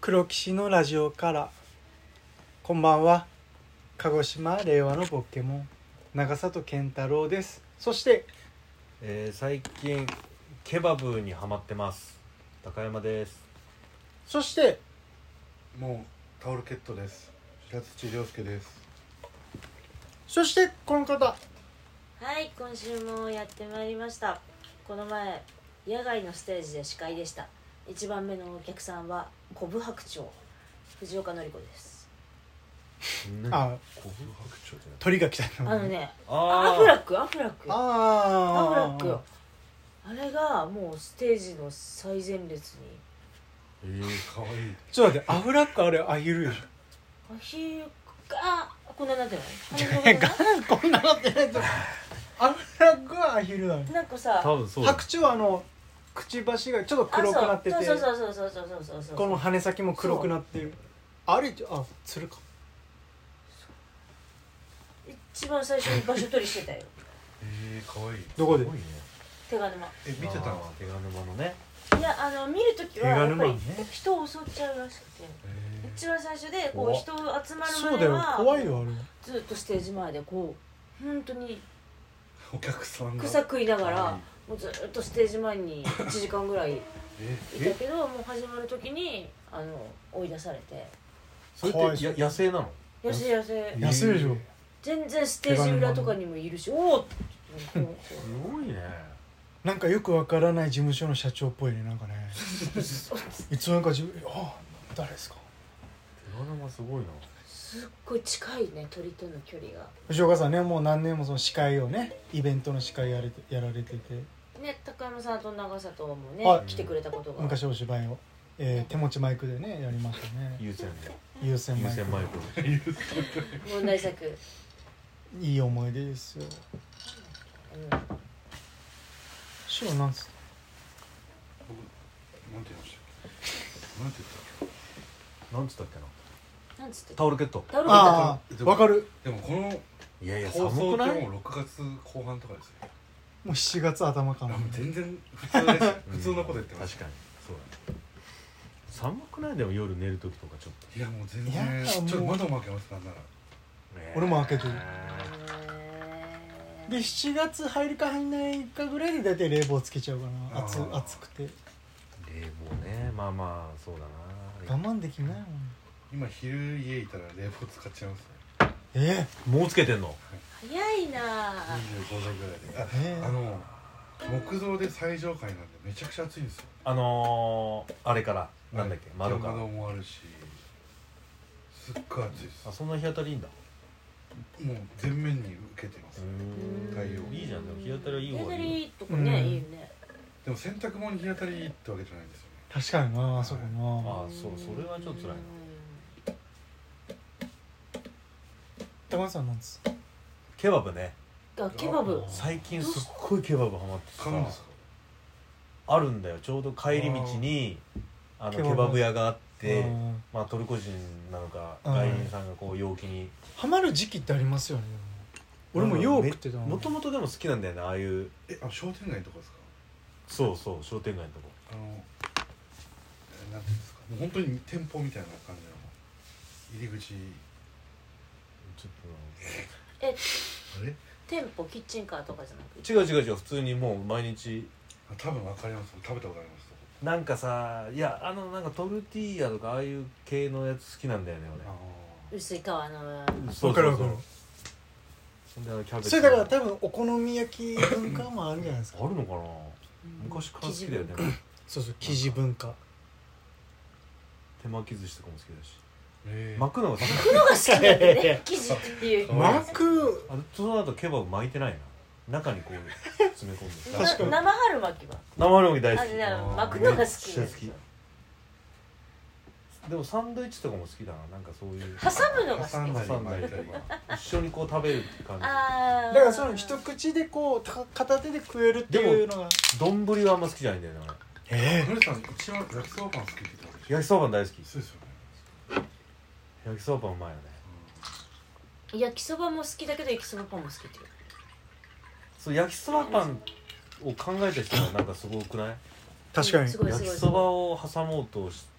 黒騎士のラジオからこんばんは鹿児島令和のポケモン長里健太郎ですそしてえー、最近ケバブにハマってます高山ですそしてもうタオルケットです白土亮介ですそしてこの方はい今週もやってまいりましたこの前野外のステージで司会でした一番目のお客さんはコブ白鳥藤岡典子ですあ古風白鳥じゃない鳥が来たあののねあアフラックアフラックアフラあックーよあれがもうステージの最前列にえー、かわいいちょっと待ってアフラックあれアヒルでしアヒルがこんなになってないょ羽のとこ こんなのってないとアフラックはアヒルなのがなんかさ多分そうだ白鳥はあのくちばしがちょっと黒くなっててあそうそうそうそうそうそうそうそうこの羽先も黒くなってるあれあ鶴か一番最初に場所取りしてたよえー、かわいいどこですごいね手賀沼え見てたあのー手賀沼のねいやあの見るとき手は賀やっぱ沼ねり人を襲っちゃうらしくて、一番最初でこ怖うっ人を集まそうるだ前よは怖いよあれずっとステージ前でこう本当にお客さんが草食いながはらもうずっとステージ前に1時間ぐらいいえたけどもう始まるときにあの追い出されてそれかわっいてそうや野生なの痩せ痩せえ安いでしょ全然ステージ裏とかにもいるしおおって言ってこうこすごいねなんかよくわからない事務所の社長っぽいね なんかねいつもなんか自分あ誰ですか手賀沼すごいなうすっごい近いね鳥との距離が。藤岡さんねもう何年もその司会をねイベントの司会やれてやられててね、高山さんと長里もねはい来てくれたことが昔お芝居を、えー手持ちマイクでねやりましたね優先優先優マイク先マイク問題作、うん、いい思い出ですよ師匠なんす僕なんて言いましたっけなんて言っなんつったっけななんつってタオルケットタオルああでもわかるたっけでもこいやいやの放送寒くっなていもう6月後半とかですよもう7月頭かあなもう全然普通ですうん普通のこと言ってまし確かにそうだね寒くないでも夜寝る時とかちょったいやもう全い然やもうちょっと窓も開けますなんならとね俺も開けてるえーで7月入るか入んないかぐらいで大体冷房つけちゃうかな暑あー暑くて冷房ねまあまあそうだ我な慢できないもん今昼家いたら冷房使っちゃいますえねもうつけてんの早いなあ25度ぐらいでえああの木造で最上階なんでめちゃくちゃ暑いんですよあのー、あれからなんだっけ窓から窓もあるしすっごい暑いですあそんな日当たりいいんだもう全面に受けてます、太陽いいじゃんでも日当たりはいい日方当がたいいりとかね、うんいいよねでも洗濯物に日当たりいいってわけじゃないんですよね確かになあそこなあそうそれはちょっと辛いな高橋さんなんですケバブねなあケバブ最近すっごいケバブハマって買うんでさすかあるんだよちょうど帰り道にあケのバブケバブ屋があってうんまあトルコ人なのかうん外人さんがこう陽気にハマる時期ってありますよね俺もよう食ってたもともとでも好きなんだよねああいうえあ商店街とかですかそうそう商店街のとこあのえなんていうんですかもう本当に店舗みたいな感じの入り口ちょえあれ店舗キッチンカーとかじゃなくてっとな違う違う違う普通にもう毎日あ多分わかります食べたことありますなんかさいやあのなんかトルティーヤとかああいう系のやつ好きなんだよねあ薄い皮の俺わかるわかるそんであのキャベツそれだから多分お好み焼き文化もあるんじゃないですかあるのかな昔から好きだよねそうそう生地文化手巻き寿司とかも好きだしえ巻くのが好き黒が好きなんだ ね生地っていうわ巻くあその後ケバブ巻いてないな中にこう詰め込んでな確かに生春巻きは生料理大好あきれだあー巻くめっのが好きですちゃ好きでもサンドイッチとかも好きだななんかそういう挟むのが挟ん好だきり巻いたり一緒にこう食べるって感ああだからその一口でこうた片手で食えるっていうのがじ丼はあんま好きじゃないんだよねえノリさん一番焼きそばパン好きって言ってたでしょ焼きそばパン大好きそうですよね焼きそばパンうまいよね焼きそばも好きだけど焼きそばパンも好きっていうそう焼きそばパンを考えた人がなんかすごくない確かにすごい焼すきごいそばを挟もうとしって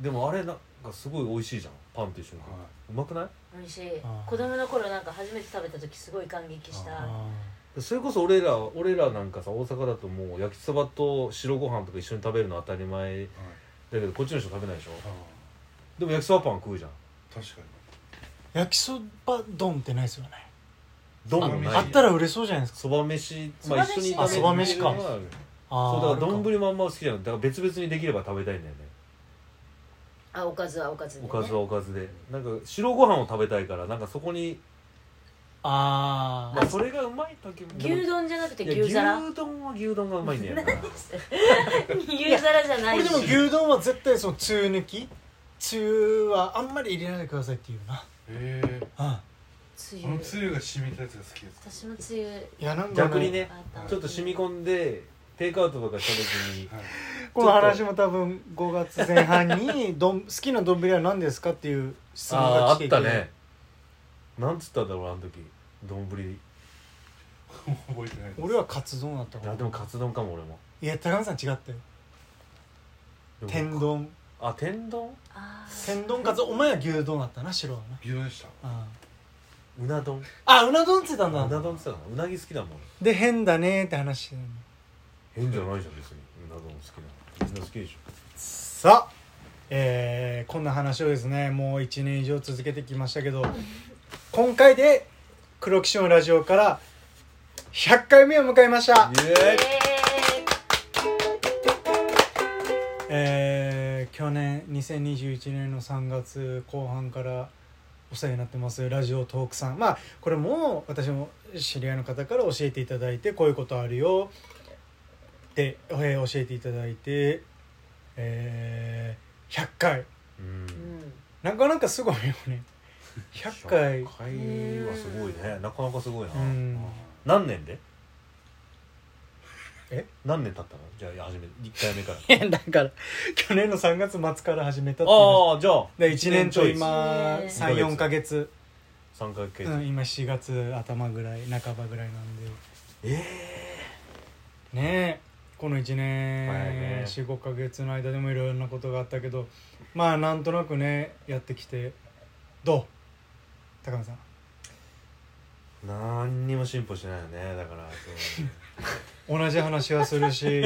でもあれなんかすごい美味しいじゃんパンと一緒に、はうまくない美味しいあー子供の頃なんか初めて食べた時すごい感激したあそれこそ俺ら俺らなんかさ大阪だともう焼きそばと白ご飯とか一緒に食べるの当たり前い、はいだけどこっちの人食べないでしょあでも焼きそばパン食うじゃんあ確かにー焼きそば丼ってないですよねどんもないあったら売れそうじゃないですかそば飯まあ一緒にあそば飯かるのはあるあそーうだかあるら丼もあんま好きじゃないだから別々にできれば食べたいんだよねあおかずはおかずおで、かね、ずはおかずでなんか白ご飯を食べたいからなんかそこに、あまーあ、それがうまい時も牛丼じゃなくていや牛皿牛丼は牛丼がうまいんだよな牛皿じゃないこれしでも牛丼は絶対そのつゆ抜きつゆはあんまり入れないでくださいっていうなええうんつゆこのつゆが染みたやつが好きです私もつゆいやなんか、ね、逆にねあったちょっと染み込んでテイクアウトとかした時にはい この話も多分5月前半にどん好きな丼は何ですかっていう質問あがあ来ーてあいってたねなんつったんだろうあの時丼ぶり覚えてないです俺はカツ丼だったかあらでもカツ丼かも俺もいや高野さん違ったよでも天丼あ天丼あー天丼カツお前は牛丼だったな白はな牛丼でしたあうな丼あうな丼っつってたうんだな丼って言ってたのうなぎ好きだもんで変だねーって話してる変じゃないじゃん別にうな丼好きなのみんな好きでしょさあえーこんな話をですねもう1年以上続けてきましたけど今回で黒木のラジオから100回目を迎えましたえイエーイえー去年2021年の3月後半からお世話になってますラジオトークさんまあこれも私も知り合いの方から教えていただいてこういうことあるよって、えー教えていただいて、えー100回うーうんんなんかなんかすごいよね100回100回はすごいねなかなかすごいな、うん何年でえ何年経ったのじゃあいや初めて1回目からだから去年の3月末から始めたっていうのああじゃあで1年と今一年ちょい34か月3ヶ月、うん、今4月頭ぐらい半ばぐらいなんでえねえこの1早い年ね45か月の間でもいろんなことがあったけどまあなんとなくねやってきてどう高野さんえ何にも進歩してないよねだから そう同じ話はする し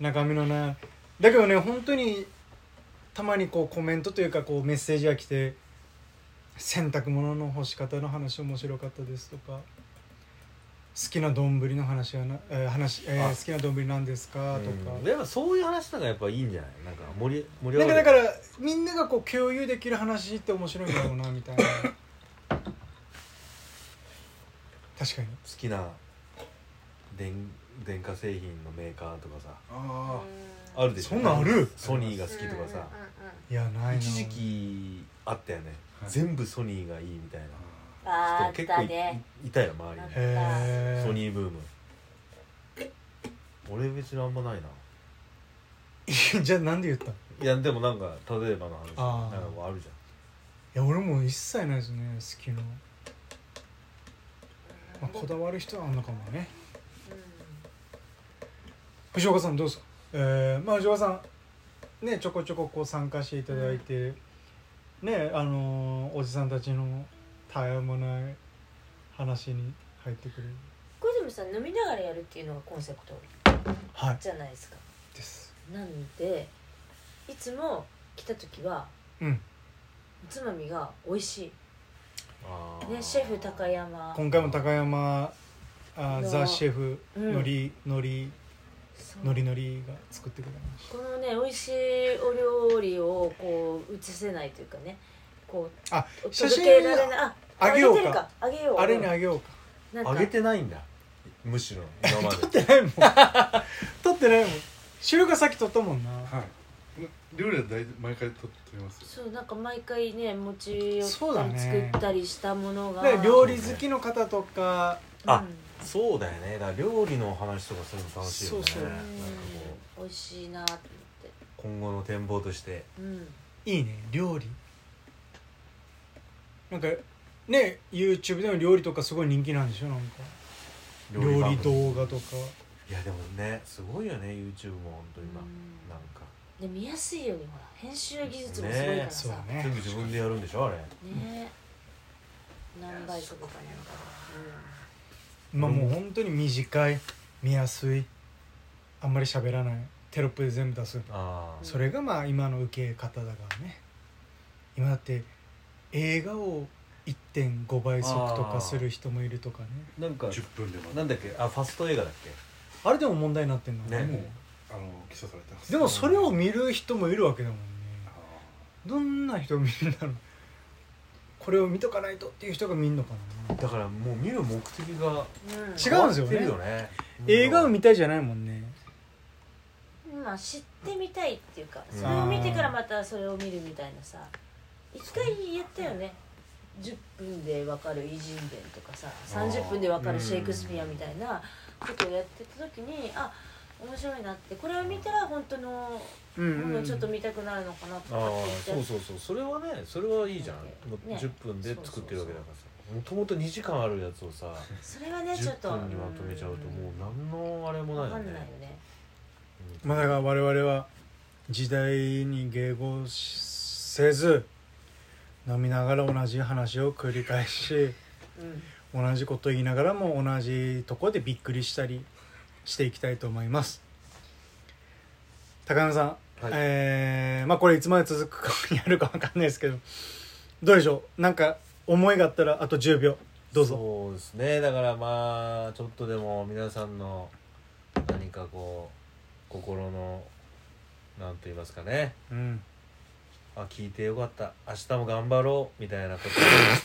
中身のないだけどね本当にたまにこうコメントというかこうメッセージが来て「洗濯物の干し方の話面白かったです」とか「好きな丼の話はな、えー話えーあ好きな丼なんですか?」とか、うんやっぱそういう話なんかやっぱいいんじゃないなんか盛り盛りな上んがかるだからみんながこう共有できる話って面白いんだろうなみたいな 確かに好きな電電化製品のメーカーとかさああるでしょそんなんあるソニーが好きとかさ、いやないな一時期あったよね、はい全部ソニーがいいみたいあああなあーあっ結た構い,、ねいたよ周りにあっへえソニーブーム俺別にあんまないな じゃあなんで言ったいいやでもなんか例えばのあ話ーなんかあるじゃや俺も一切ないですね好きな、まあ、こだわる人はあんのかもね藤岡さんどうですかえー、まあ藤岡さんねちょこちょここう参加していただいて、ねあのーおじさんたちの絶え間ない話に入ってくるこれでもさ飲みながらやるっていうのがコンセプトはいじゃないですかですなんでいつも来た時はうんおつまみが美味しんいねシェフ高山今回も高山あのザ・シェフうんのりのりそうのりのりが作ってくれましこのね美味しいお料理をこう映せないというかねこうたあ写届真けられないああげようかあげてるかあげようあれにあげようかなんか上げてないんだむしろ今まで撮ってないもん 撮ってないもん収がさっき撮ったもんなはい料理は大毎回とってますよそうなんか毎回ね餅をそうだね作ったりしたものが、で料理好きの方とかあうんそうだよねだから料理のお話とかするの楽しいよねそうそうなんかこうん美味しいなと思ってう今後の展望としてうんいいね料理なんかね YouTube でも料理とかすごい人気なんでしょなんか料番理動組画とかいやでもねすごいよね YouTube も本当今、うんなんかで見やすいようにほら編集技術もすごいからそうさだねね全部自分でやるんでしょあれえ何倍速かなんかまあもう本当に短い見やすいあんまり喋らないテロップで全部出すああそれがまあ今の受け方だからね今だって映画を1.5倍速とかする人もいるとかねなんか10分でなまんだっけあファスト映画だっけあれでも問題になってんのだねもうあの起訴されてますでもそれを見る人もいるわけだもんねあどんな人見るんだろうこれを見とかないとっていう人が見んのかなだからもう見る目的がうん、うん、違うんですよね変わってるよね映画を見たいじゃないもんねまあ知ってみたいっていうかそれを見てからまたそれを見るみたいなさ一回やったよね10分でわかる偉人伝とかさ30分でわかるシェイクスピアみたいなことをやってた時にあ面白いなってこれを見たら本当のうものをちょっとう見たくなるのかなとあかってあ言そうそってうそうそれはねそれはいいじゃん、もうね10分で作ってるわけだからさもともと2時間あるやつをさそれはねちょっと10分にまとめちゃうともう何のあれもなわいかよんないよねねうんまあだから我々は時代に迎合しせず飲みながら同じ話を繰り返しうん同じこと言いながらも同じとこでびっくりしたりしていきたいと思います高山さん、はいえーまあこれいつまで続くか やるかわかんないですけどどうでしょうなんか思いがあったらあと10秒どうぞそうですねだからまあちょっとでも皆さんの何かこう心のなんと言いますかねうんあ聞いてよかった明日も頑張ろうみたいなこと